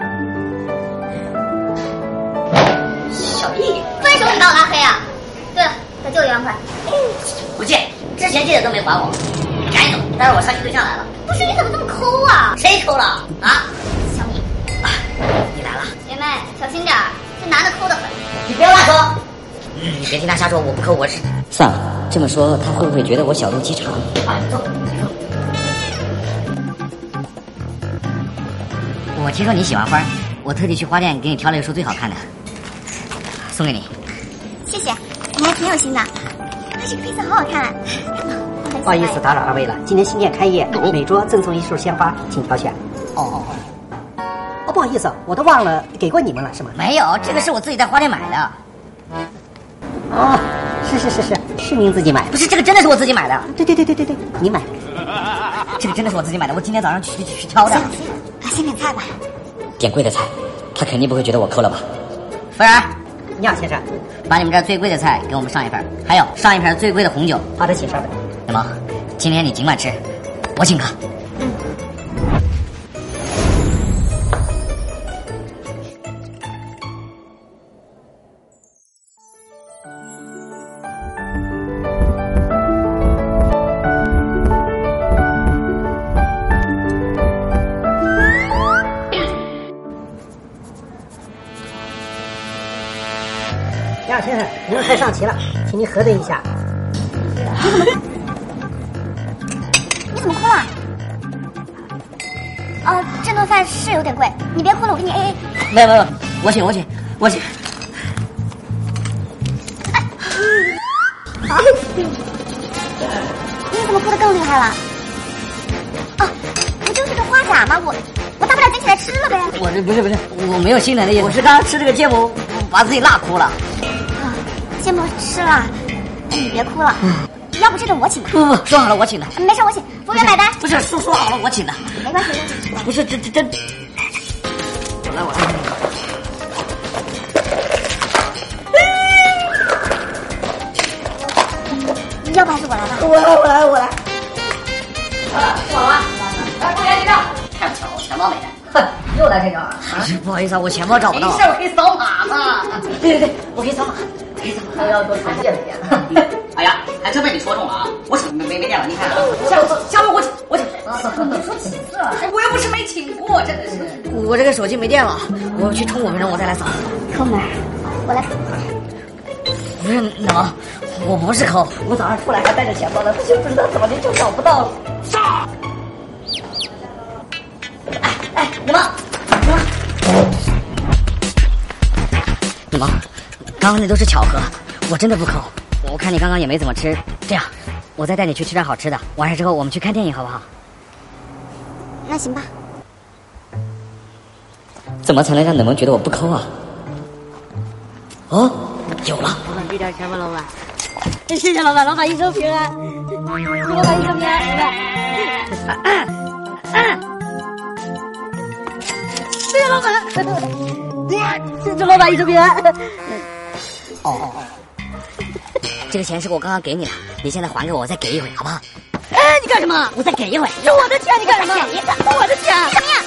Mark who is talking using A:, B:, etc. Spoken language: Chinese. A: 啊哎都没管我，赶紧走。但是我相亲对象来了，
B: 不是，你怎么这么抠啊？
A: 谁抠了啊？
B: 小米，
A: 啊，你来了，
B: 姐妹小心点儿，这男的抠得很。
A: 你不要乱说。嗯，你别听他瞎说，我不抠，我是
C: 算了，这么说他会不会觉得我小肚鸡肠？
A: 啊，走。我听说你喜欢花儿，我特地去花店给你挑了一束最好看的，送给你。
B: 谢谢，你还挺有心的。那这个配色好好看、啊。
C: 不好意思，打扰二位了，今天新店开业，每桌赠送一束鲜花，请挑选。
A: 哦哦哦，
C: 哦，不好意思，我都忘了给过你们了，是吗？
A: 没有，这个是我自己在花店买的，
C: 哦，是是是是，是您自己买
A: 不是这个真的是我自己买的，
C: 的？对对对对对对，你买的。
A: 这个真的是我自己买的，我今天早上去去去挑的。
B: 啊，先点菜吧。
C: 点贵的菜，他肯定不会觉得我抠了吧？
A: 服务员，
C: 你好，先生。
A: 把你们这儿最贵的菜给我们上一份儿，还有上一瓶最贵的红酒。
C: 好的，请稍等。
A: 什么？今天你尽管吃，我请客。
C: 你好，先生，您的菜上齐了，请您核对一下。
B: 你怎么哭了？呃，这顿饭是有点贵，你别哭了，我给你 A A。
A: 没有没有，我请我请我请。
B: 啊！你怎么哭得更厉害了？啊，不就是个花甲吗？我我大不了捡起来吃了呗。
A: 我这不是不是，我没有心疼的意思，我是刚刚吃这个芥末，把自己辣哭了。
B: 啊，芥末吃了，你别哭了。要不这顿我请吧？
A: 不不不，说好了我请的，
B: 没事，我请。服务员买单，
A: 不是说说好了我请的，
B: 没关系，没关系。
A: 不是这这这，我来我来。
B: 要不还是我来吧。
C: 我来，我来，我来。
A: 来，
D: 哎
A: 服务员结账。太巧了，我钱包没带。哼，又来这招啊！不好意思啊，我钱包找不到。
D: 没事，我可以扫码嘛。
A: 对对对，我可以扫码，可以扫码。
C: 要多传递一点。
D: 哎呀，还真被你说中了啊！我请没没没点了，你看啊，啊
A: 下回下回我请我请。
D: 哎我又不是没请过，真的是。
A: 我这个手机没电了，我去充五分钟，我再来扫。
B: 抠门儿，我来。
A: 不是嗯能，我不是抠，
C: 我早上出来还带着钱包呢，就不知道怎么的就找不到了。
A: 哎，你们，你们，你们，刚刚那都是巧合，我真的不抠。我看你刚刚也没怎么吃，这样，我再带你去吃点好吃的。完事之后我们去看电影好不好？
B: 那行吧，
C: 怎么才能让冷萌觉得我不抠啊？
A: 哦，有了，
E: 老板这点钱吧，老板。谢谢老板，老板一生平安，祝老板一生平安，老板。谢谢老板，祝祝老板一生平安。
A: 这个钱是我刚刚给你的，你现在还给我，我再给一回好不好？
E: 哎，你干什么？
A: 我再给一回。
E: 这我的钱，你干什么？这我的钱，
B: 怎么样？